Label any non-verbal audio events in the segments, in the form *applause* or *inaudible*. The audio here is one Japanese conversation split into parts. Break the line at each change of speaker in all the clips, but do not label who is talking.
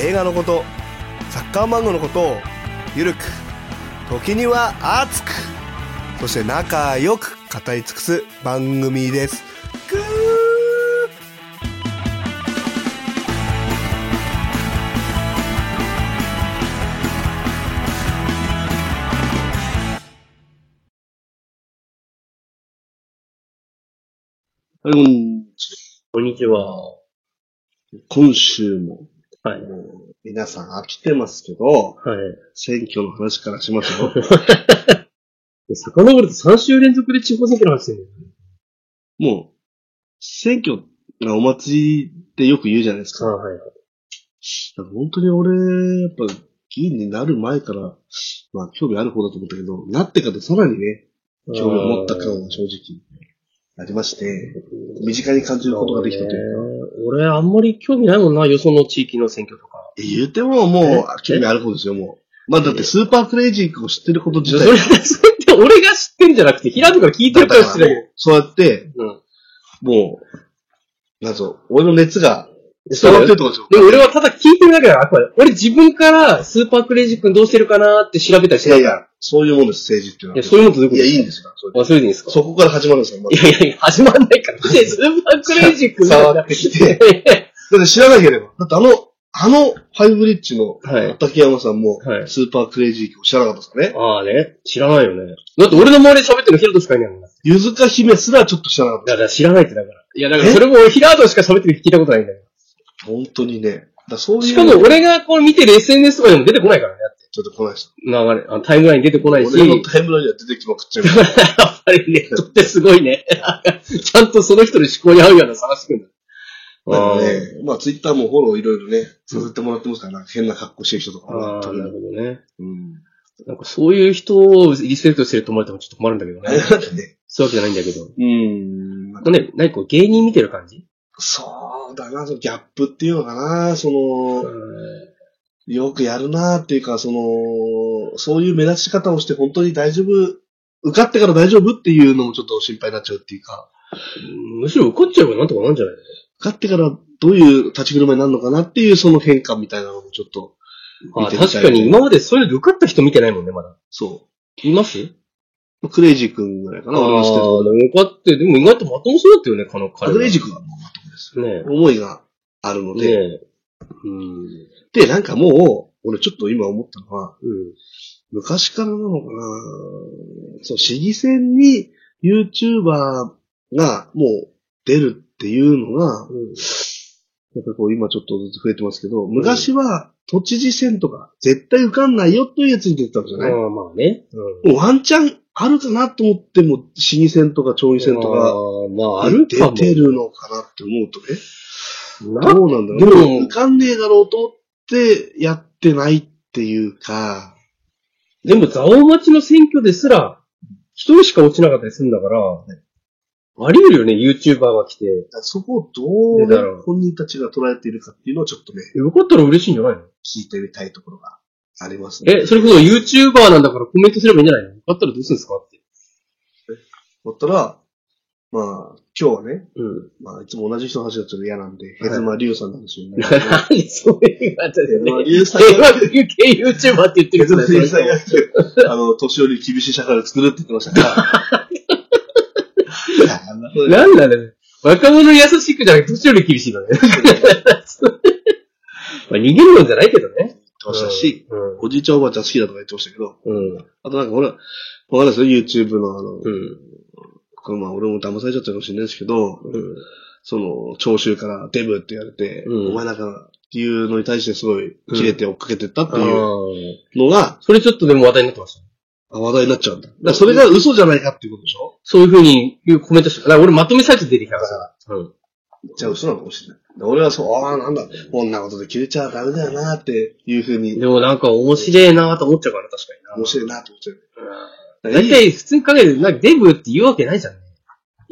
映画のことサッカー漫画のことをゆるく時には熱くそして仲良く語り尽くす番組ですぐー
はい、こん
こんにちは。
今週も、
はい。
もう皆さん飽きてますけど、
はい。
選挙の話からします
*laughs*
よ。
遡ると3週連続で地方選挙の話してるんだよね
もう、選挙がお祭りってよく言うじゃないです
あ
か。
はい。
だから本当に俺、やっぱ、議員になる前から、まあ、興味ある方だと思ったけど、なってからさらにね、興味を持った感が正直ありまして、身近に感じることができたという。
う。俺、あんまり興味ないもんな、よその地域の選挙
*laughs*
とか。
言うてももう、興味ある方ですよ、もう。まあ、だってスーパークレイジーを知ってること自
それ、それ
体、
って俺が知ってんじゃなくて、平野から聞いてるから知ってる。
そうやって、
うん。
もう、なんぞ、俺の熱が
そ
*laughs* 伝
う
わ
だ
って
よ
ると思うんですよ。
でも俺はただ聞いてるだけだから、あくまで俺自分からスーパークレイジー君どうしてるかなって調べたりし
い
な
やい
い
や、そういうもんです、政治っていう
い
の
や、
は。
そういうのとどういうこと
いや、いいんですよ。それで
あ、それでいいんですか
そこから始まるんですよ、ま
い
ず。
やいやいや、始まんないから。で、スーパークレイジー君
触ってきて。だって知らなければ。だってあの、あの、ハイブリッジの
はい。
竹山さんも、
はい
スーパークレイジーを知らなかったですかね。
ああね。知らないよね。だって俺の周りで喋ってるのヒラトしかいないもんな。
ゆずか姫すらちょっと知らなかった。
だから知らないってだから。いや、だからそれも俺ヒラトしか喋ってるの聞いたことないんだよ。
本当にね。だからそういう。
しかも、俺がこう見てる SNS とかでも出てこないからね。
ちょっと来ないです。
流れ、あのタイムライン出てこないし。
俺のタイムラインには出てきまくっちゃいます。
やっぱ *laughs* りネットってすごいね。 *laughs* ちゃんとその人の思考に合うような探してくんだ。
なの
ー
で、まあ、ツイッターもフォローいろいろね、させてもらってますから、なんか変な格好してる人とか
あ
も
ー、
特
なる
に。
ほどね。
うん。
なんかそういう人をリスペクトしてると思われてもちょっと困るんだけど *laughs*
あれ
ね。
なんかね。
そういうわけじゃないんだけど。
うん。
これね、何か芸人見てる感じ
そうだな、そのギャップっていうのかな、その、
う
よくやるなっていうか、その、そういう目立ち方をして本当に大丈夫、受かってから大丈夫っていうのもちょっと心配になっちゃうっていうか、
んむしろ怒っちゃえばなんとかなんじゃない
受かってからどういう立ち車になるのかなっていうその変化みたいなのもちょっと、
あ
見てみたい
確かに今までそういうの受かった人見てないもんね、まだ。
そ
います
う。クレイジー君ぐらいか
あ
な、俺の知ってるとこ
受かって、でも意外とまともそうだったよね、この彼
あ
は。
クレイジー君はもうまともです。
ね
思いがあるの
え。ね
で、
え。うん。
で、なんかもう、俺ちょっと今思ったのは、
うん。
昔からなのかなそう、市議選に YouTuber がもう出るっていうのが、やっぱりこう今ちょっとずつ増えてますけど、昔は都知事選とか絶対受かんないよというやつに出てたんじゃ
ま
な
あ
い、
ーまあね。
もうワンチャンあるかなと思っても、市議選とか町議選とか、
まあ、まあ、あるかも。
出てるのかなって思うとね、
な
どうなんだろう。
でも
受かんねえだろうと思ってやってないっていうか、
でも、蔵王町の選挙ですら、一人しか落ちなかったりするんだから、あり得るよね、YouTuber が来て。
そこをどう
だろ
ね
う
本人たちが捉えているかっていうのをちょっとね、
よかったら嬉しいんじゃないの
聞いてみたいところがありますね。
え、それこそ YouTuber なんだからコメントすればいいんじゃないのよかったらどうするんですかって。
だったら、まあ、今日はね、
うん。 *laughs*
まあ、いつも同じ人の話だったら嫌なんで、ヘズマリュウさんなんですよね。
なんでそういう感じだ
ヘ
よ
ズ
ね
マ。リュウさん
平
が、
和系 YouTuber って
ヘ
言ってる
ズ
人
マ
だ
リュウさん
よ。
が、あの、年寄り厳しい社会を作るって言ってました
*laughs*
から。あんなことで
なんだね。若者優しくじゃなくて、年寄り厳しいの
*laughs*
ね。まあ、逃げるもんじゃないけどね。
言ってましたし、
うん。
おじいちゃんおばあちゃん好きだとか言ってましたけど、
うん。
あとなんか俺、わかんないですよ、YouTube のあの、
うん。
これまあ俺も騙されちゃったかもしれないですけど、
うん。
その、聴衆からデブって言われて、
うん
お前なんか、っていうのに対してすごい、切れて追っかけてったっていう
あー
のが、
それちょっとでも話題になってました。
あ話題になっちゃうんだ。だからそれが嘘じゃないかっていうことでしょ
そういうふうに言うコメントして、だから俺まとめサイト出てきたから。うん。
言っちゃう人なのかもしれない。で俺はそう、ああ、なんだ、こんなことで切れちゃダメだよなっていうふうに
で、もなんか面白いなと思っちゃうから、確かにな。
面白いなって思っちゃう。
うん大体普通に考えて、なんかデブって言うわけないじゃん。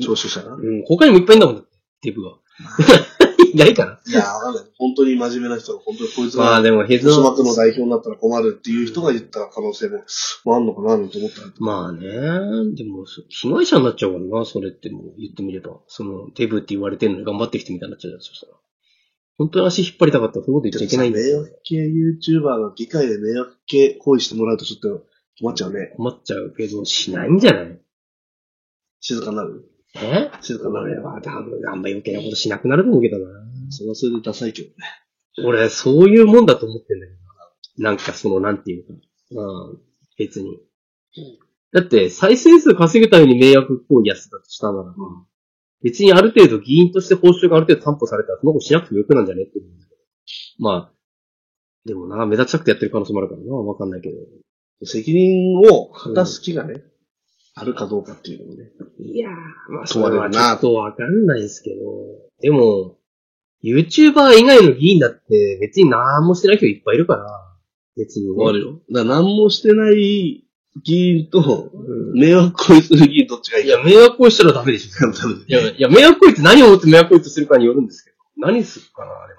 聴取者な。
うん、他にもいっぱいいんだもん、デブは。 *laughs* いないかない
や、わかんない。本当に真面目な人が、本当にこいつ
まあ
が、
でもヘズ
粗
の、
末の代表になったら困るっていう人が言った可能性も、まあ、あんのかななんて思ったら。
まあね、でも、そ被害者になっちゃうからな、それってもう言ってみれば。その、デブって言われてるのに頑張ってきてみたいになっちゃうじゃん、そしたら。本当に足引っ張りたかったらそういうこと言っちゃいけないんだ
迷
よ。
惑系 YouTuber が議会で迷惑系行為してもらうとちょっと困っちゃうね。
困っちゃうけど、しないんじゃない
静かになる
え
静かにな
俺
る。
は多分、あんま余計なことしなくなると思うけどな。
それはそれでダサいけどね。
俺、そういうもんだと思ってんだけどな。なんかその、なんていうか。うん、別に。だって、再生数稼ぐために迷惑行為やってたとしたならば、別にある程度議員として報酬がある程度担保されたら、その子しなくてもよくなんじゃねって思うんだけど。まあ、でもな、目立ちたくてやってる可能性もあるからな、わかんないけど。
責任を果たす気がね、あるかどうかっていうのもね。
いやー、まあ、そ
問わ
れ
れ
は
る
ち
な
ょっとわかんないですけど、でも、YouTuber 以外の議員だって、別に何もしてない人いっぱいいるから、別に、ね。
よ。だから何もしてない議員と、
うん
迷惑行為する議員どっちがいい
い
か。
や、迷惑行為したらダメでしょ。いや、いや、迷惑行為って何をもって迷惑行為とするかによるんですけど。何するかな、あれ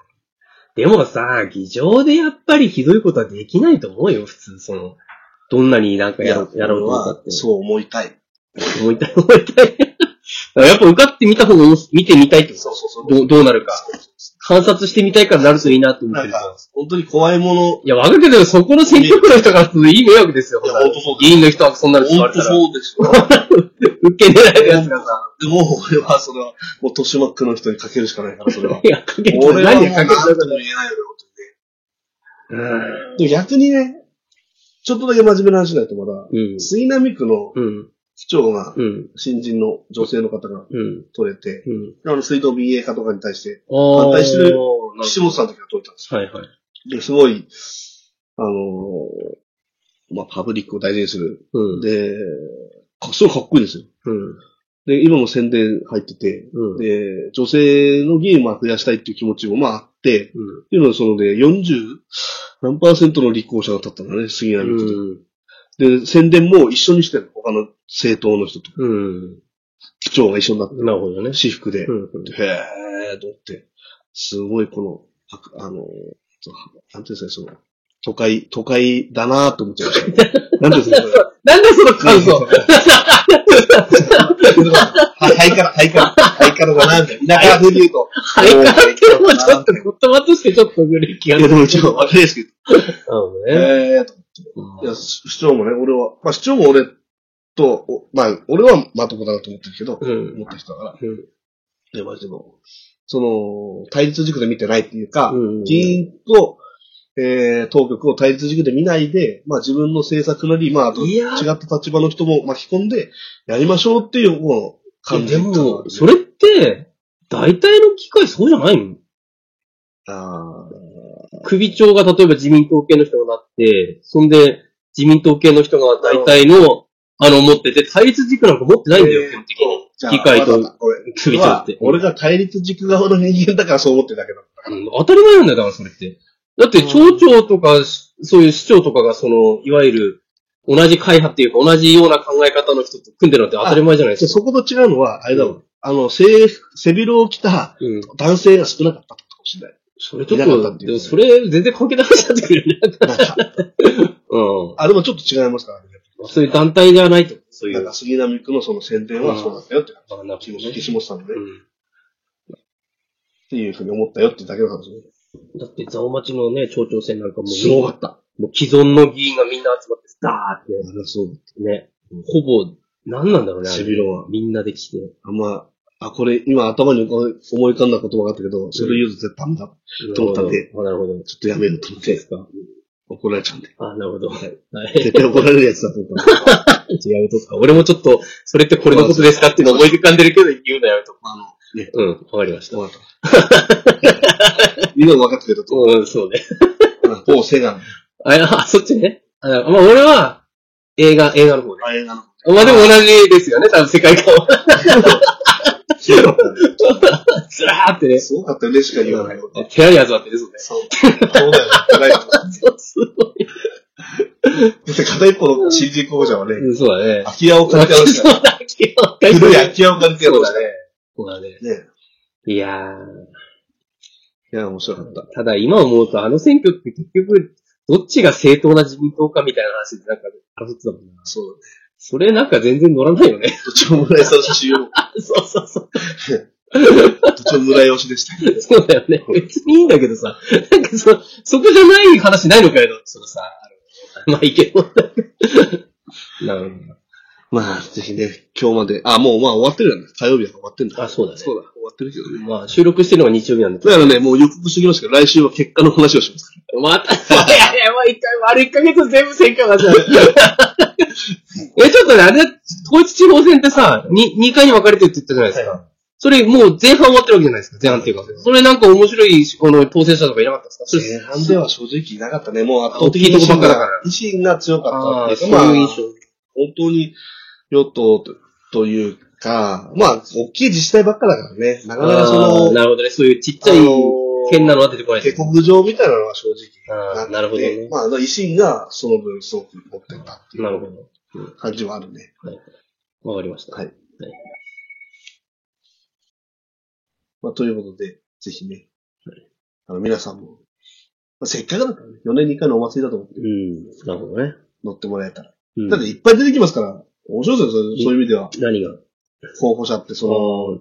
でもさ、議場でやっぱりひどいことはできないと思うよ、普通、その、どんなになんかやろう、やろうと思った
は
っ、
そう思いたい。
て。思いたい、思いたい。やっぱ受かってみた方がおもし、見てみたいってこ
そうそうそう。
とどうどうなるか。
そうそうそ
観察してみたいからなるといいなと
う
思っ
なん
てる。
か、本当に怖いもの、
いや、わかるけど、そこの選挙区の人がいい迷惑ですよ、
いやほんとそう
議員の人はそんなの使わ
本当
れたら。
そう
*laughs*
ですよ。
受け狙えるやつがさ。
でも、俺はそれは、もう、豊島区の人にかけるしかないから、それは。
いや、かけて
俺はもう
何
何
が
と
か
も
けてる
言えないよね、本
うん。
当に。でも逆にね、ちょっとだけ真面目な話だとまだ、
うん。
杉並区の
うん。
市長が、
うん。
新人の女性の方が
うん。
取れて、
うん。
あの、水道民営化とかに対して、
あ
反対してる岸
岸
本さんの時が取れたんですよ。
はいはい。
ですごい、あのーまあ、パブリックを大事にする。
うん。
で、かすごいかっこいいですよ。
うん。
で、今も宣伝入ってて、
うん。
で、女性の議員を増やしたいっていう気持ちもまああって、っていうのはそのね、40何パーセントの立候補者が立ったんだね、杉
う
並区
ん。
で。で、宣伝も一緒にしてるの他の政党の人と。
うん。
区長が一緒になって、
なるほどね。
私服で。
うん。
へーと思って、すごいこの、ああの、そうなんていうんですかね、その、都会、都会だなーと思っちゃいま
*laughs*
した。なんていうんですかね、それ
なんでその感想
*laughs* はい、ハイカラ、ハイカラ、ハイカラだなーみたいな。田舎風に言うと。
ハイカラってもうちょっと言葉としてちょっと古い気が
い
す
や、
る。
でもちょっとわかりやすく
な
言
る
うと。へーと。
ほ
い
ど
や、
ね。
市市長もね、俺は、まあ市長も俺と、おまあ、俺はまともだなと思ってるけど、
うん
思。った人だから、
うん
でも、でも、その、対立軸で見てないっていうか、
うん
議員と、えー、当局を対立軸で見ないで、まあ自分の政策なり、まああと
い
違
や
った立場の人も巻き込んで、やりましょうっていう方の感じ。
でも、それって、大体の機会そうじゃないの
あ
首長が例えば自民党系の人がなって、そんで、自民党系の人が大体の、あの、持ってて、対立軸なんか持ってないんだよ、基本的に。
じゃあ
議会と
わかった
*laughs*
俺
首長って。
俺が対立軸側の人間だからそう思ってるだけだ。
うん当たり前なんだよ、だからそれって。だって、町長とか、しそういう市長とかが、その、いわゆる、同じ会派っていうか、同じような考え方の人と組んでるのって当たり前じゃないで
そう
すか。
そこと違うのは、あれだもん。あの、制服、背広を着た
うん。
男性が少なかったってことかもしれない。
それちょ
いなかった
っ
って
と、
いう
でもそれ全然関係なくなってくるよね。
なんか
う
あ、でもちょっと違いますからね。
ん。そういう団体じゃないと。そうい
なん
う。
か杉並区のその宣伝はそうだったよって感
あなるほ
じ。
どね
岸本さんもね、っ
う
ていうふうに思ったよってだけの話ね。
ん。だって、ザオ町のね、町長選なんかもう、
すごかった。
もう既存の議員がみんな集まって、ダーって、ね、ほぼ、なんなんだろうね、あ
背
れ
広は。
みんなで来て。
あんま、あ、これ今頭に思い浮かんだ言葉があったけど、それ言うと絶対ダメだ。どうだね
なるほど。なるほど
ちょっとやめると思っ
そうで
て
すか。
怒られちゃうんで。
あ、なるほど。 *laughs* はい。
絶対怒られるやつだと思った。
違うとか。俺もちょっと、それってこれのことですかっていうの思い浮かんでるけど、言うのやめとこ
あの、ね、
う。うん、わかりま *laughs* した。
わかった。今分かってくれたと思
うん、そうね。
う。某セガの
あ、あそっちね。あ、まあ俺は、映画、映画の方ね。
映画の。
まあでも同じですよね、多分世界観は。
ひどかったね。
*laughs* ずらーってね。
すごかったねしか言わないこと。
手ありやつだってね、それ。
そう。そうだよ。辛いよ。だって片一方の CG 工場はね、
うんそうだね。
空き家を借りてやる
*laughs*
しか
そうだ、気を
ない。古い空
や
き家を借りてやるしか
そうだ
ね。
そうだね。
ね
いや
いや、面白かった。
ー、ただ今思うと、あの選挙って結局、どっちが正当な自民党かみたいな話でなんか争ってたもんな。
そうだね。
それなんか全然乗らないよね。
土地を村井さんの写真を、
*laughs* そうそうそう。
土地を村井推しでしたよ。
そうだよね。別にいいんだけどさ、なんかそ、そこじゃない話ないのかよ、そのさ、あのまあいいけど。 *laughs* なるほ
まあ、ぜひね、今日まで、あ、もうまあ終わってるよね。火曜日は終わってるんだ。
あそうだね
そうだ、終わってるけどね。
ど。まあ収録してるのが日曜日なんだけ
だ
ど。
からね、もう予告しておきますけど、来週は結果の話をしますか
また、いやいや、もう一回、丸一ヶ月全部選挙がさ。 *laughs* え、ちょっとね、あれ、統一地方選ってさ、に2回に分かれてるって言ったじゃないですか。それもう前半終わってるわけじゃないですか、前半っていうか。それなんか面白い、この当選者とかいなかったですかそれ
前半では正直なかったね。もう圧倒的
大きいとこばっかだから
が、維新が強か
あ
った
あ、
って
そ
いううか、まあ、
いう
本
印象。
当に与党とというか、まあ、大きい自治体ばっかだからね。なかなかそ
あー
の、
なるほどね。そういうちっちゃい
あのー
県なのは出てこないで
下
すね。
克上みたいなのは正直
あ
く
ー
て
なるほどね。
まあ、あの維新がその分すごく持ってたってい
なる
う
ほど。
感じはあるね。
わかりました。
はいまあ、ということで、ぜひね、あの、皆さんも、まあ、せっかくだからね、4年に1回のお祭りだと思って
うん。なるほどね。
乗ってもらえたら。
うん
だっていっぱい出てきますから、面白いですよ、そうそういう意味では。
何が
候補者って、その、
の、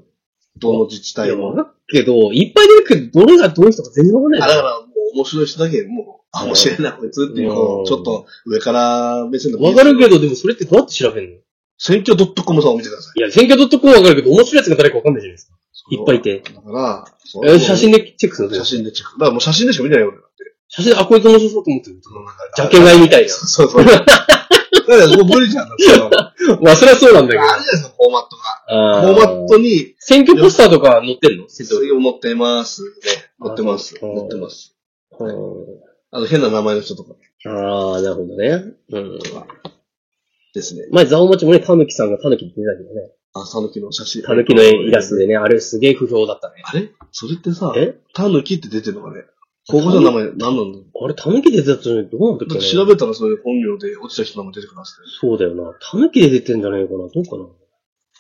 どの自治体
で
も
も。だけど、いっぱい出てくるけど、どれがどういう人か全然わかん
あ
ない
だ
よ。
から、もう面白い人だけ、もう、あ、面白いな、こいつっていうの
う
を、
ん
ちょっと上から目線でもい
わ
いで
か
すよ
るけど、でもそれってどうやって調べんのい
選挙 .com さんを見てくださ
や、選挙 .com わかるけど、面白いやつが誰かわかんないじゃないですか。
い。
いっぱいいて。
だから、そ
え写真でチェックする
写真でチェック。だからもう写真でしか見ないよ、俺だって。
写真で、あ、こいつ面白そうと思ってる。
そのなんか
ジャケ買いみた
*laughs*
い
そうそう。だから、もう無理じゃん。そ
*laughs*
のあ
な。 *laughs* まあ、それはそうなんだ
るじ
け
ゃな
ど。
いですか、フォーマットが。
あ
フォーマットに、
選挙ポスターとか載ってんの
手取りを持ってますね。持ってます。
あそう
持ってます。
うん
あの、変な名前の人とか
ああ、なるほどね。うん。
ですね。
前、ザオマチもね、タヌキさんがタヌキって言ってたけどね。
あ、さぬきの写真。
タヌキのイラストでね、あれすげえ不評だったね。
あれそれってさ、
え
タヌキって出てるのかね候補者の名前何なんだろう
あれ、タヌキで出てたのにどうなんだっ
だ
け
っ
ね
て調べたらそういう本名で落ちた人の名前出てくるはずだよ
そうだよな。タヌキで出てんじゃないかな。どうかな。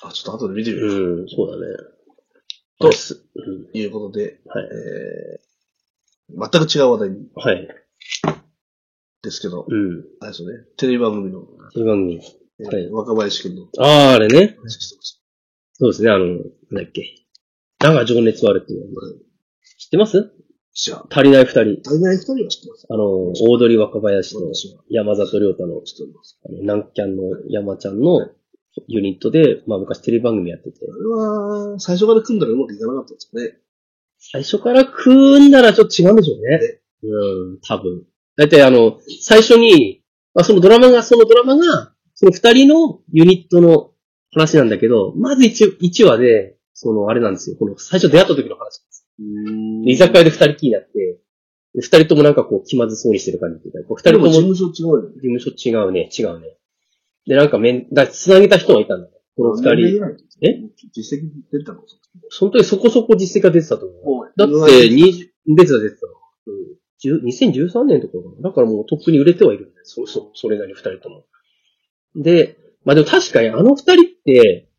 あ、ちょっと後で見てみる。
うん、そうだね。
と
あれすうん。
ということで、
はい。
えー、全く違う話題
はい。
ですけど、
うん。
あれですよね。テレビ番組の、
それ番組。
えー
はい
若林くんの
ああ、あれね。
話してまし
そうですね、あの、なんだっけ。だが情熱はあるっていうの。知ってます
た。じゃあ、
足りない二人。
大体二人は知ってます。
あの、オードリー若林と
私は
山里亮太の
知っております。
あの南キャンの山ちゃんのユニットで、まあ昔テレビ番組やってて、
あれは、最初から組んだらうまくいかなかったんですよね。
最初から組んだらちょっと違うんでしょうね。うん、多分。だいたいあの、最初に、まあそのドラマが、そのドラマが、その二人のユニットの話なんだけど、まず一一話で、そのあれなんですよ。この最初出会った時の話なんです。で居酒屋で二人きりになって、で二人ともなんかこう気まずそうにしてる感じっていうかこう二
で
人と
も
も
事務所違うよね。
事務所違うね、違うね。で、なんかめん、だ繋げた人がいたんだ。この二人。
人。
え
実績出たの
その時そこそこ実績が出てたと思う。
もう
だって、、20出てた出てた。うん。10 2013年とかかな。だからもうとっくに売れてはいるんだよ。そ、そ、それなりに二人とも。で、まあでも確かにあの二人って、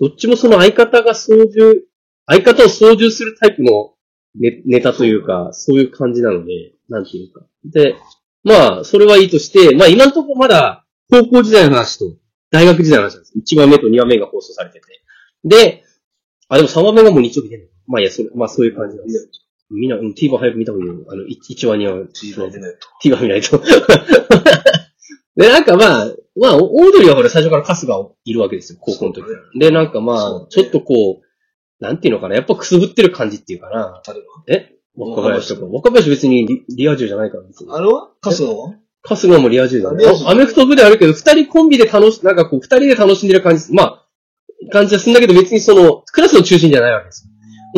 どっちもその相方が操縦、相方を操縦するタイプのネネタというか、そういう感じなので、なんていうか。で、まあ、それはいいとして、まあ今のところまだ、高校時代の話と、大学時代の話なんです。1話目と2話目が放送されてて。で、あ、でも3話目がもう日曜日出るのまあいや、それ、まあそういう感じなんです。みんな、うん TVer 早く見た方がいいよ。あの、1話、2話。
TVer でないと。
TVer 見ないと。 *laughs* で、なんかまあ、まあ、オードリーはほら最初から春日いるわけですよ、高校の時
そうだね。
で、なんか
そう
まあ、
だ
ち
ね
ょっとこう、なんていうのかな、やっぱくすぶってる感じっていうかな。
誰
え若林とか。若林別にリリア充じゃないから別に
があれはカスのは
春日もリア充だね
リア充。
あアメフト部であるけど、二人コンビで楽し、なんかこう、二人で楽しんでる感じす、まあ、感じはするんだけど、別にその、クラスの中心じゃないわけですよ。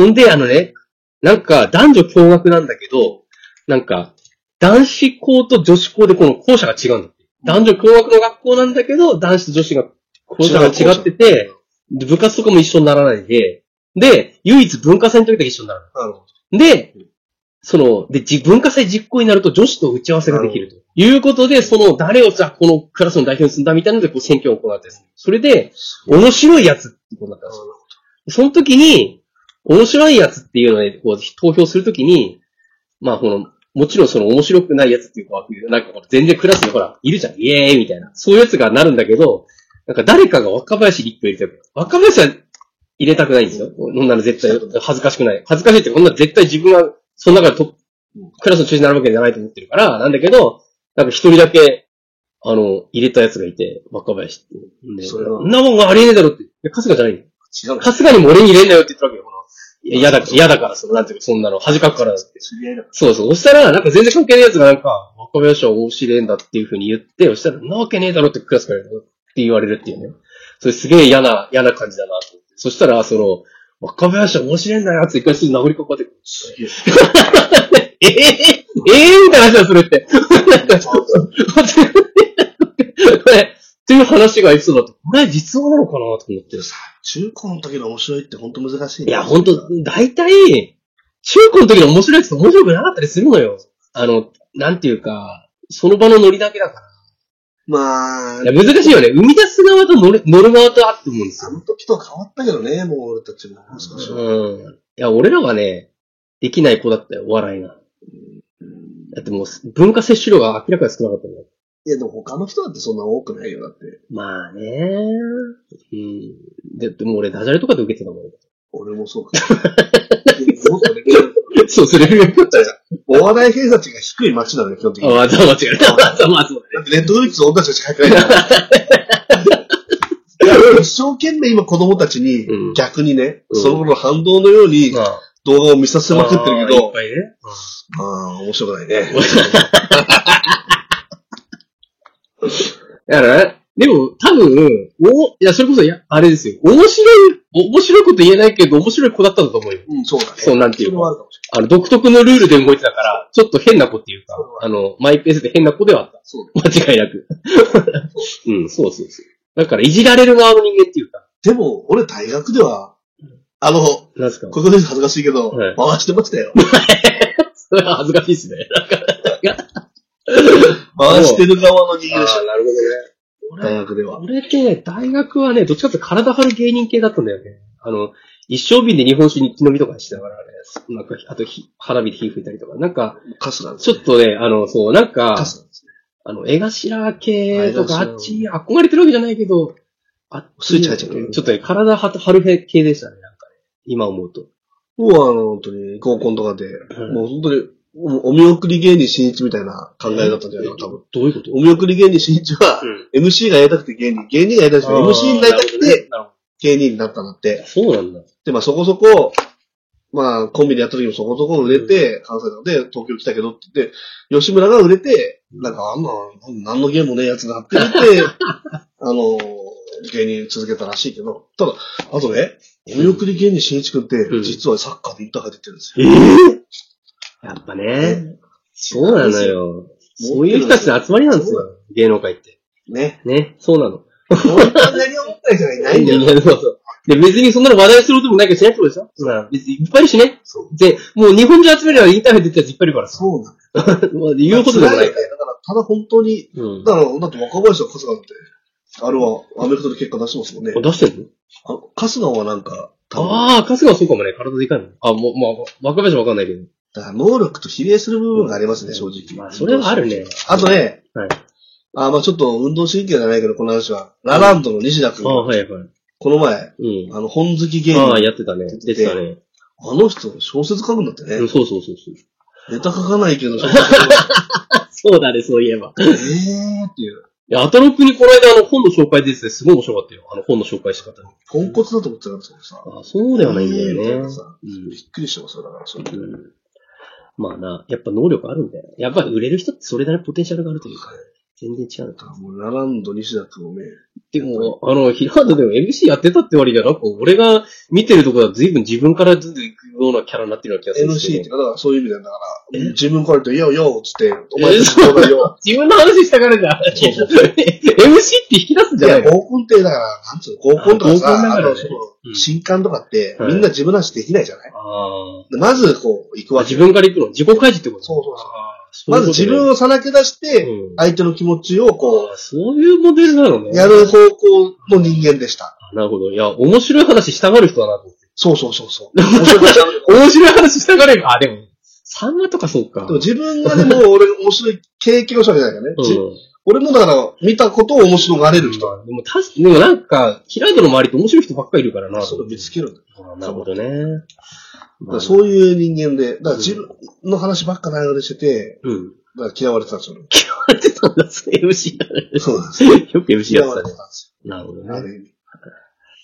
ほんで、あのね、なんか、男女共学なんだけど、なんか、男子校と女子校でこの校舎が違うんだって。男女共学の学校なんだけど、男子と女子が、校舎が違ってて、で部活とかも一緒にならないで、で、唯一文化祭の時だけ一緒になる
なるほ
の。で、その、で、じ文化祭実行になると女子と打ち合わせができると。いうことで、その、誰をじゃあこのクラスの代表にするんだみたいなので、こう選挙を行われてですね。それで、面白いやつってことになったんですよ。その時に、面白いやつっていうので、こう、投票するときに、まあ、この、もちろんその面白くないやつっていうか、なんかこう全然クラスにほら、いるじゃん、イエーイみたいな。そういうやつがなるんだけど、なんか誰かが若林に一票入れてる。若林は入れたくないんですよ。こんなの絶対恥ずかしくない。恥ずかしいって、こんなの絶対自分が、その中でトップクラスの中心になるわけじゃないと思ってるから、なんだけど、なんか一人だけ、あの、入れたやつがいて、若林っていう。で
それは
んなもんがありえねえだろって。いや春日じゃないよ
ど。違うの
かすがにも俺に入れんなよって言ったわけよ、この。いや嫌だ、嫌だから、その、なんていうか、そんなの、恥かくからだって。
知り合いだか
そうそう。そしたら、なんか全然関係ないやつがなんか、若林は面白いんだっていう風に言って、そしたら、んなわけねえだろってクラスから言うって言われるっていうね。それすげえ嫌な、嫌な感じだなと思って。そしたら、その、若林は面白いんだよって一回すぐ殴りかかってくる。
すげえ。
ええええみたいな話だ、それって。っていう話がエピソードだと、これ実話なのかなと思って。
中高の時の面白いって本当難しいね。
いや、ほんと、大体、中高の時の面白いやつと面白くなかったりするのよ。あの、なんていうか、その場のノリだけだか
まあ
ら。い、や、難しいよね。生み出す側と乗る乗る側とあって思うんです
あ
よ。
の時とは変わったけどね、もう俺たちも。少しは。
うん。いや、俺らはね、できない子だったよ、お笑いが。だってもう、文化摂取量が明らかに少なかったんだよ。
いや、でも他の人だってそんな多くないよ、だって。
まあねうん。で、でも俺、ダジャレとかで受けてたもん。
俺 *laughs* もそうか。いやもっとね
そう、それが良かったじ
お笑い偏差値が低い街なのよ、基本的
ゃん。
に。
*laughs* あ、間違えた。まあ、そう
だ
だね。
ってネットドリックス女たちしか入ってないから。
*laughs*
いや俺一生懸命今子供たちに
うん、
逆にね、
うん
その頃反動のように
まあ、
動画を見させまくってるけ
いっ
ど、
ぱいね。
ああー、面白くないね。
だからね、でも、多分、お、いや、それこそ、いや、あれですよ。面白い、面白いこと言えないけど、面白い子だったんだと思うよ。
うん、そうだね。
そうなんていうか
それはあるかもしれ
あの、独特のルールで動いてたから、ちょっと変な子っていうか、あの、マイペースで変な子ではあっ
ないそうだね
た。間違いなく。うん、そうそうそう。だから、いじられる側の人間っていうか、
でも、俺大学では、あの、こ
なんすか。
こで恥ずかしいけど、
はい
回してましたよ。
それは恥ずかしいっすね。
回してる側の人間でした。
なるほ
大学では。
俺ってね、大学はね、どっちかっていうと体張る芸人系だったんだよね。あの、一生瓶で日本酒に血飲みとかしてたからね、なんか、あとひ花火で火吹いたりとか、なんか、
カスなんです
ちょっとね、あの、そう、なんか
カ、スなんですね。
あの、絵頭系とか、
あ
あ
江頭
っちに憧れてるわけじゃないけど、あっ
スイッチ入っちゃう
ちょっとね、体は張る系でしたね、なんかね。今思うと。
もうあの、本当に、合コンとかで、もう本当に、おお見送り芸人新一みたいな考えだったんじゃないかな、多分。
どういうこと
お見送り芸人新一は、
ん。
MC がやりたくて芸人、芸人がやりたくて MC になりたくて
なるほどね
芸人になったんだって。
そうなんだ。
で、まあそこそこ、まあコンビでやった時もそこそこ売れて、関西なので東京来たけどって言って、吉村が売れて、なんかあんな、何のゲームもねえやつがって言
*laughs*
って、あの、芸人続けたらしいけど、ただ、あとね、お見送り芸人新一くんって
うん、
実はサッカーでインターハイ出てるんですよ。
ええやっぱね、そうなのよ。
そう
そういう人たちの集まりなんですよ、芸能界って。
ね。
ね、そうなの。
俺が何を思った人がいないんだよ。
そうそう。で、別にそんなの話題することもないけどしないってことでしょ別にいっぱいいるしね。
そう。
で、もう日本中集めればインターハイ出てたやついっぱいいるからさ。
そうなんだ。
まあ言うことでもない
だ。から、ただ本当に、
うん。
だから、だって若林と春日だって、あれはアメフトで結果出してますもんね。
出してるの
あ春日はなんか、多分
ああ、春日はそうかもね。体でかいもん。あ、もう、まあ、若林はわかんないけど。
だから能力と比例する部分がありますね、正直。
まあ、それはあるね。
あとね、
はい
あまあちょっと運動神経じゃないけど、この話は。ラランドの西田君
ああ、はいはい。
この前、
う
あの、本好き芸
ん。ああ、
人。
やってたね。出てたね。
あの人、小説書くんだって
うん、
ね。
そうそうそうそう。
ネタ書かないけど、小説
*laughs*
書く
そうだね、そういえば。
えーっていう。
いや、アタロックにこの間、あの、本の紹介出てて、すごい面白かったよ。あの、本の紹介し方。
ポンコツだと思ってたから、そのさ。
ああ、そうではないんだ
えーみた
よ
な
ね。
さ
うん
びっくりしてますよ、だから、それ。
うんまあな、やっぱ能力あるんだよ。やっぱ売れる人ってそれなりのポテンシャルがあるというか、全然違う
だ
か。
かららもうラランド西田君をね、
でも、あの、ヒラードでも MC やってたって割には、なんか俺が見てるところは随分自分からずっと行くよようなキャラになってるような気がするんですけ
NC
ど
ってか、だからそういう意味なんだから、自分来れて、よよっつって、お前
え
ちょうだいよ。
自分の話したからじゃん。
そうそう
*laughs* MC って引き出すん
い
じゃな
や、
いの
合コンって、だから、なんつうの、合コンとか
あ合コンだ
さ、あ
からね
の、そ
うん
の新刊とかって、
はい
みんな自分の話できないじゃない
あ
でまず、こう、行く
あ。
わけ。
自分から行くの自己開示ってこと
そうそうそう
あーそう
まず自分をさらけ出して、
を
相手の気持ちを、こ
あそういうモデルなのね。
う、やる方向の人間でした。
なるほど。いや、面白い話したがる人だなと思って。
そうそうそうそう。面白い話
面白い話したがれる。あ、でも、サンガとかそうか。
でも自分がでも俺面白い経験をしたわけじゃないからね。じ
うん
俺もだから見たことを面白がれる人は、
でも、確かでもなんか、キライドの周りって面白い人ばっかりいるからな。
それを見つけるんだよ。
あーなるほどね。
だからそういう人間で、だから自分の話ばっか流れしてて、
うん。
だから嫌われてたんですよね。
あれってそんな MC だね。
そうなんです。
*laughs* よく MC
嫌
やっ
わ
て
れて
たね。
たんです
なるほど
よ。あ
ね。
る意味。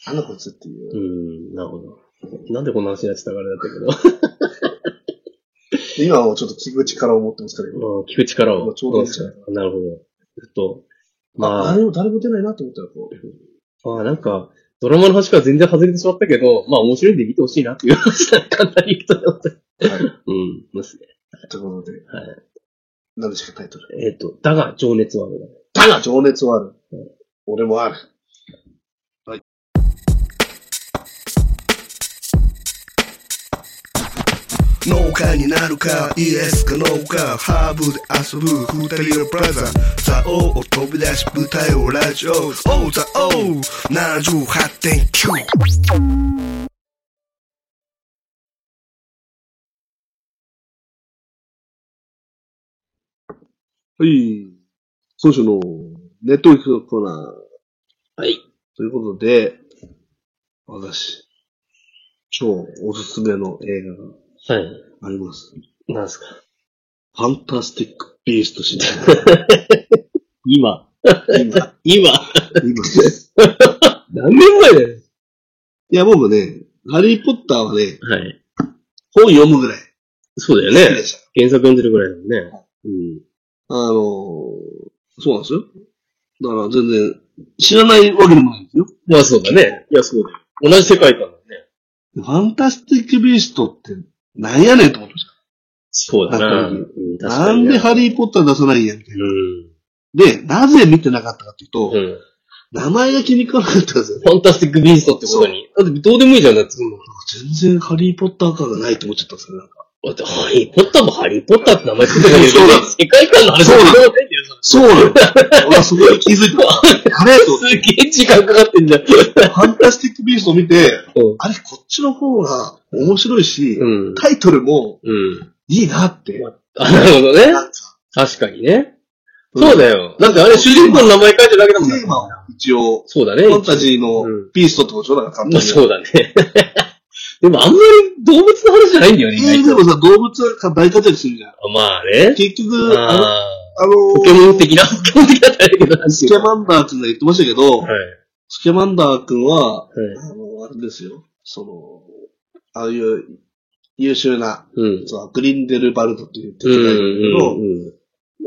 あのこいつっていう。
うん、なるほど。なんでこんな話になってたからだったけど。
で今はもうちょっと聞く力を持ってますから、今
うん、聞く力を。
まあちょうどいいんじゃない
なるほど。ちょっと、
あ、
まあ
誰も、誰も出ないなと思ったら、こう。
まあなんか、ドラマの話から全然外れてしまったけど、まあ面白いんで見てほしいなっていう話だ、簡単に言うとね。
はい。
うん、ですね。
ということで、
は
何でしたかタイトル。
い。えっ、と、だが、情熱はある。
だが情熱はある。俺もある。
農家になるかイエスかノーかハーブで遊ぶ二人のブラザーザオを飛び出し舞台をラジオオーザオー78.9
はい。今週のネットウィークのコーナー。
はい。
ということで、私、超おすすめの映
はい。
画があります。
なんですか。
ファンタスティック・ビーストシリー
今。
ズ。 *laughs* 今、
今。
今です。
*laughs* 何年前だよ。
いや、僕ね、ハリー・ポッターはね、
はい。
本読むぐらい
そうだよ
好き
ね
で。した。
原作読んでるぐらいだもんね。うん。
あのー、そうなんですよ。だから全然、知らないわけでもないんですよ。
まあそうだね。いや、そうだよ。同じ世界観だね。
ファンタスティック・ビーストってなんやねんと思ってまし
そうだな。
うん
ん
た。なんでハリー・ポッター出さないんやみたいな。
うん。
で、なぜ見てなかったかっていうと、
うん。
名前が気に食わなかったんですよね。
ファンタスティックビーストってことに。だってどうでもいいじゃん、だってそんなの
全然ハリー・ポッター感がないと思っちゃったんですよ、なんか。
だってハリー・ポッターもハリー・ポッターって名前つけてるけ
そう
ど、
だ
世界観の話
そうだ
どうでもないんだよ、
そうなの俺はそこに気づい
*laughs*
た。あれと思
そ
っ
*laughs* れすげえ時間かかってんじゃ
て
ん。
ファンタスティック・ビーストを見て、
う
あれ、こっちの方が面白いし、
ん。
タイトルも
うん。
いいなって。
あ、なるほどね
なん。か
確かにね。
うん
そうだよ。なんかあれ主人公の名前書いてるだけだもんね
テーマを一応、
そうだね。
ファンタジーの
うん
ビーストってことだから簡
ま
単
あそ
に。
うだね。 *laughs* でもあんまり動物の話じゃないんだよね、意
ゲー
外
ムで
と。
もさ、動物が大活躍するじゃん。
あまあね。
結局、あの、
あ
あ
ーポケモン的な、 *laughs* ポケモン的なタイプの
のス
話。
キャマンダー君が言ってましたけど、
はい。
スキャマンダー君は、
はい。
あの、あれですよ。その、ああいう優秀な、
うん。
そのグリンデルバルトっていう
うん
敵がいるんだけど、
うん。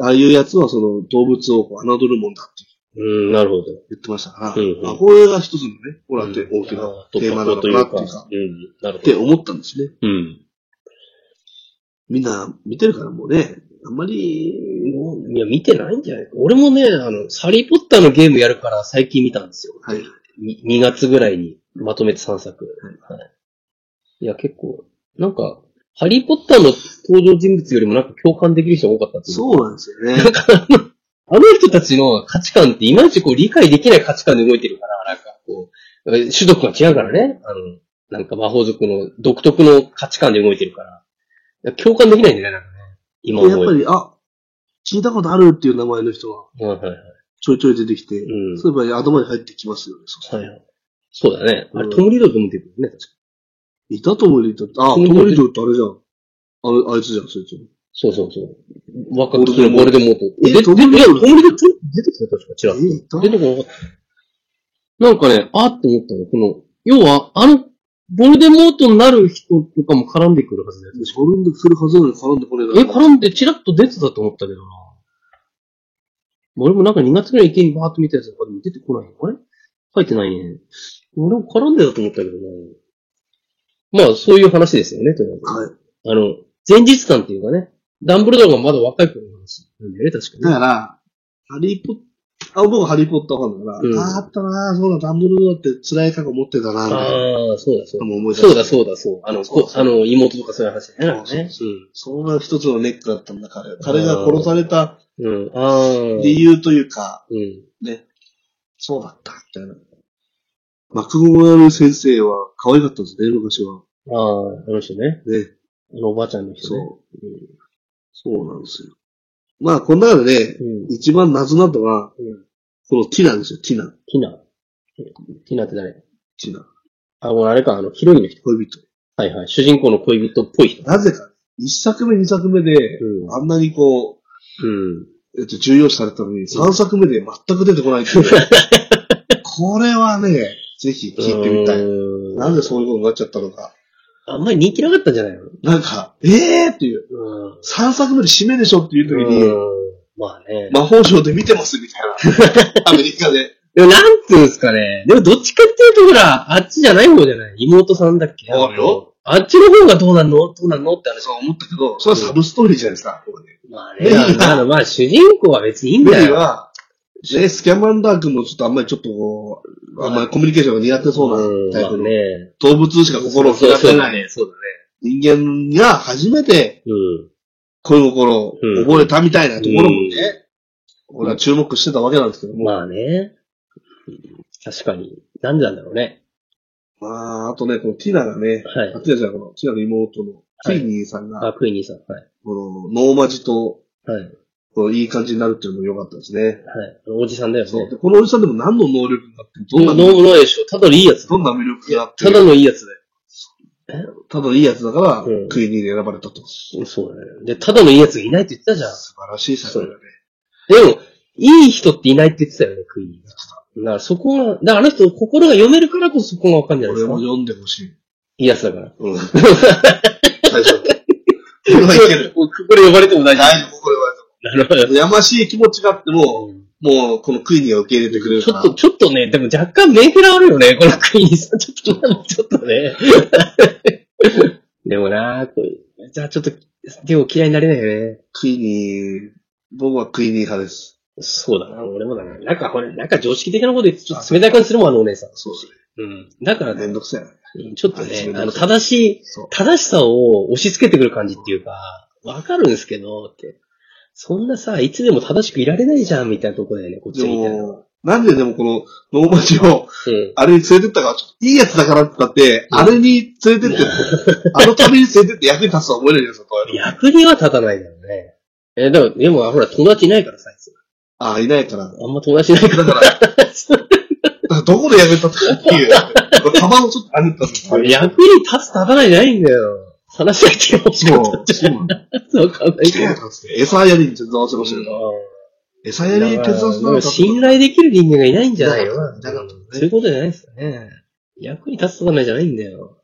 ああいうやつはその動物をこう侮るもんだって
うん、なるほど。
言ってましたから、
うんうん
まあ、これが一つのね、ほらって大きなテーマなのかなっていうか、っ
うん、なるほ
て
ど。
思ったんですね。
うん。
みんな見てるからもうね、あんまり、
いや、見てないんじゃないか。俺もね、あの、サリーポッターのゲームやるから最近見たんですよ。
はい。
に 2, 月ぐらいにまとめて3作。はい。いや、結構、なんか、ハリーポッターの登場人物よりもなんか共感できる人が多かったってい
そうなんですよ *laughs* ね。
あの人たちの価値観っていまいちこう理解できない価値観で動いてるから、なんかこう、え種族が違うからね。あの、なんか魔法族の独特の価値観で動いてるから。いや共感できないんだよね、なんかね。今思
やっ
え
ぱり、あ、聞いたことあるっていう名前の人が
ばはいはいはい。
ちょいちょい出てきて、
うん。
そういえば頭に入ってきますよね。そう
はい。そうだね。あ
う
れ、
ん
トムリードと思ってるね、確か
いたともりと、あ、と
トム
もりとってあれじゃん。あれ、あいつじゃん、そいつ。
そうそうそう。若くのボルデモート。
え
え、で、で、
ト
ト
ム
ム
リー
リ
ド
ード、トムリードちょ出てきた確か、ちらっと。
えいた
出てこなかった。なんかね、あーって思ったの。この、要は、あの、ボルデモートになる人とかも絡んでくるはずだよ。
絡んでくるはずなのに絡んでこれな
え、
い。
絡んでチラッと出てたと思ったけどな。俺もなんか2月ぐらい池にバーッと見たやつとかでも出てこない。あれ書いてないね。俺も絡んでたと思ったけどな。まあ、そういう話ですよね、とりあえず。
はい。
あの、前日感っていうかね、ダンブルドアがまだ若い頃の話なんだよね、確かに。
だから、ハリーポッあ、僕はハリーポッターファンだから、
うん
あーあったなーそうだ、ダンブルドアって辛い過去持ってたなーみたいな
ああ、そうだ、そう
の
だ。
も思い出して。
そうだ、そうだ、そう。あの、
そう
こあの、妹とかそういう話だよね。
そうそうそ
そ
んな一つのネックだったんだ、彼。彼が殺された
うん。うん。ああ。
理由というか、
うん。
ね、そうだった、みたいな。マクゴナル先生は可愛かったですね、昔は。
ああ、あの人ね。
ね。
あのおばあちゃんの人
そ
ね。
う。そうなんですよ。まあ、この中でね、
うん。
一番謎なのは、
うん
このティナですよ、ティナ。
ティナ。ティナって誰
ティナ。
あ、もうあれか、あの、ヒロインの人。
恋人。
はいはい。主人公の恋人っぽい人。
なぜか、一作目、二作目で、
うん。
あんなにこ
うん。
う、えっと、重要視されたのに、三作目で全く出てこないっていう。
*laughs*
これはね、ぜひ聞いてみたい。
うーん
なんでそういうことになっちゃったのか。
あんまり人気なかったんじゃないの
なんか、えーっていう、
うん。
3作目で締めでしょっていう時に、
うんまあね。
魔法省で見てますみたい
*laughs*
な。アメリカで。
でもなんていうんですかね。でもどっちかっていうとほら、あっちじゃない方じゃない妹さんだっけ
そうよ
あっちの方がどうなんのどうなんのって話。
そう思ったけど、それはサブストーリーじゃないですか。ここで
まあね。まあまあ、主人公は別にいいん
メ
だ
リー
よ。
は、ね、スキャマンダー君もちょっとあんまりちょっとこう、あんまりコミュニケーションが苦手そうなタイ
まあ
プの、
ね。
動物しか心を
そう
開
そう
け
だ
ない
ね。そうだね。
人間が初めて
うん。
恋心を覚えたみたいなところもね、
ん
俺は注目してたわけなんですけども、
まあね。確かに。なんでなんだろうね。
まあ、あとね、このティナがね、
はい
あ。ティナじゃないこのティナの妹のティーニーさんが、
あ、クイニーさん。はい。
このノーマジと
はい。はい。
こういい感じになるっていうのも良かったですね。
あのおじさんだよね。
そう。で、このおじさんでも何の能力があって、どんな
ノー、
能力、
ノーでしょ。ただのいいやつ。
どんな魅力があって
た、だのいいやつだ
ただいいやつだから、
うん
クイーンに選ばれたと。
よ。そうだね。で、ただのいいやつがいないって言ってたじゃん。
素晴らしい作品だね。
でも、いい人っていないって言ってたよね、クイーン。だからそこは、だからあの人心が読めるからこそそこがわかるんじゃないで
俺
すか
も。読んでほしい。
いいやつだから。
うん。最初。俺はいける。
これ呼ばれても大丈
だいぶ心が
夫。なるほど。
やましい気持ちがあっても、もう、このクイーンが受け入れてくれる
ち
か
ょ
ら
っと、。ちょっとね、でも若干メンヘラあるよね、このクイーンさん。ちょっと、ちょっとね。 *laughs* でもなこうじゃあちょっと、でも嫌いになれないよね。
クイーンに、僕はクイーン派です。
そうだな、俺もだな。なんかほれ、なんか常識的なこと言ってちょっと冷たい感じするもん、あのお姉さん。
そう
うん。だから
ですね。
ね
め、んどくさい。
ちょっと
あ
ね
そう、だ
あの、正しい、
そう。
正しさを押し付けてくる感じっていうか、わかるんですけど、って。そんなさ、いつでも正しくいられないじゃん、みたいなとこだよね、こっち
で
みたいな。
も、なんででもこの、ノーマジを、
うん
あれに連れてったから、ちょっといいやつだからってだって、
うん
あれに連れてって、あの旅に連れてって役に立つとは思えないじゃないですか、こういうの
役には立たないだろうね。えでも、でも、ほら、友達いないからさ、あいつ
ああ、いないから。だ
あんま友達いないから。
から、だから *laughs* どこで役に立つかっていう。玉をちょっとあげたんですよ。
役に立つ立たないじゃないんだよ。話し相手が欲しかっ
そう、そうなんだ。
たわかんないけど。
餌やりに手伝わせましたけど、餌やりに手伝わせなかった
信頼できる人間がいないんじゃないの
なかったなかったね
そういうことじゃないですよね。役に立つとかないじゃないんだよ。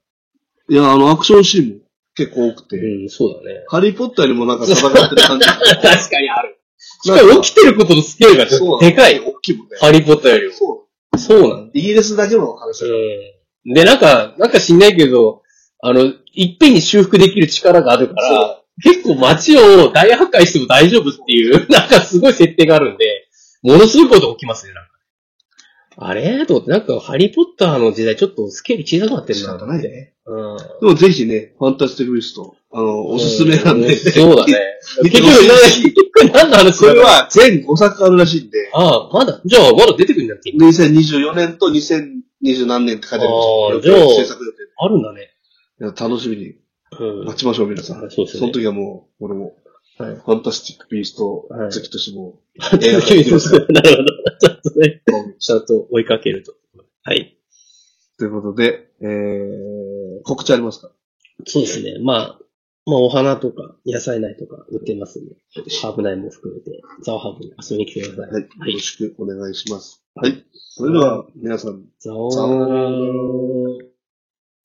いや、あの、アクションシーンも結構多くて、
うん、そうだね。
ハリーポッターよりもなんか戦ってる感じ。
*laughs* 確かにある。し
なん
かも起きてることのスケールがちょ
そ
っ
う
とでかい。
大きいもんね。
ハリーポッターよりも。
そ
そうなん
う。イギリスだけの話だよ
うん。で、なんか、なんか知んないけど、あの、いっぺんに修復できる力があるから、
そ
結構街を大破壊しても大丈夫っていう、 *laughs* なんかすごい設定があるんで、ものすごいこと起きますね、なんか。あれと思って、なんか、ハリーポッターの時代ちょっとスケール小さくなって
う。
る
仕
な。
方ないね。
うん。
でもぜひね、ファンタスティックビースト、あの、おすすめなん
う
で。
そうだね。
*laughs* 見て
結局
ほしい
ね、結局何の話
そ
だ
れ
ろう
は全5作あるらしいんで、
ああ、まだ、じゃあまだ出てくるんだって、今
2024年と2020何年って書いてあるんです
あー
よ。
じゃあ
制作予定
あるんだね。
いや楽しみに
うん。
待ちましょう、皆さん。
そうです
そ
ね
の。時はもう、俺も、
はい
ファンタスティックビースト好きとしても、映画
な
ができますか
るほど。ちょっとね、
ら
ちゃんと追いかけると。はい。
ということで、えー、告知ありますか
そうですね。まあ、まあ、お花とか、野菜苗とか売ってますんで、ハーブ苗も含めて、ザオハーブに遊びに来てください。
はい。よ
はい
ろしくお願いします。はい。それでは、皆さん、
ザオ
さよなら
ー。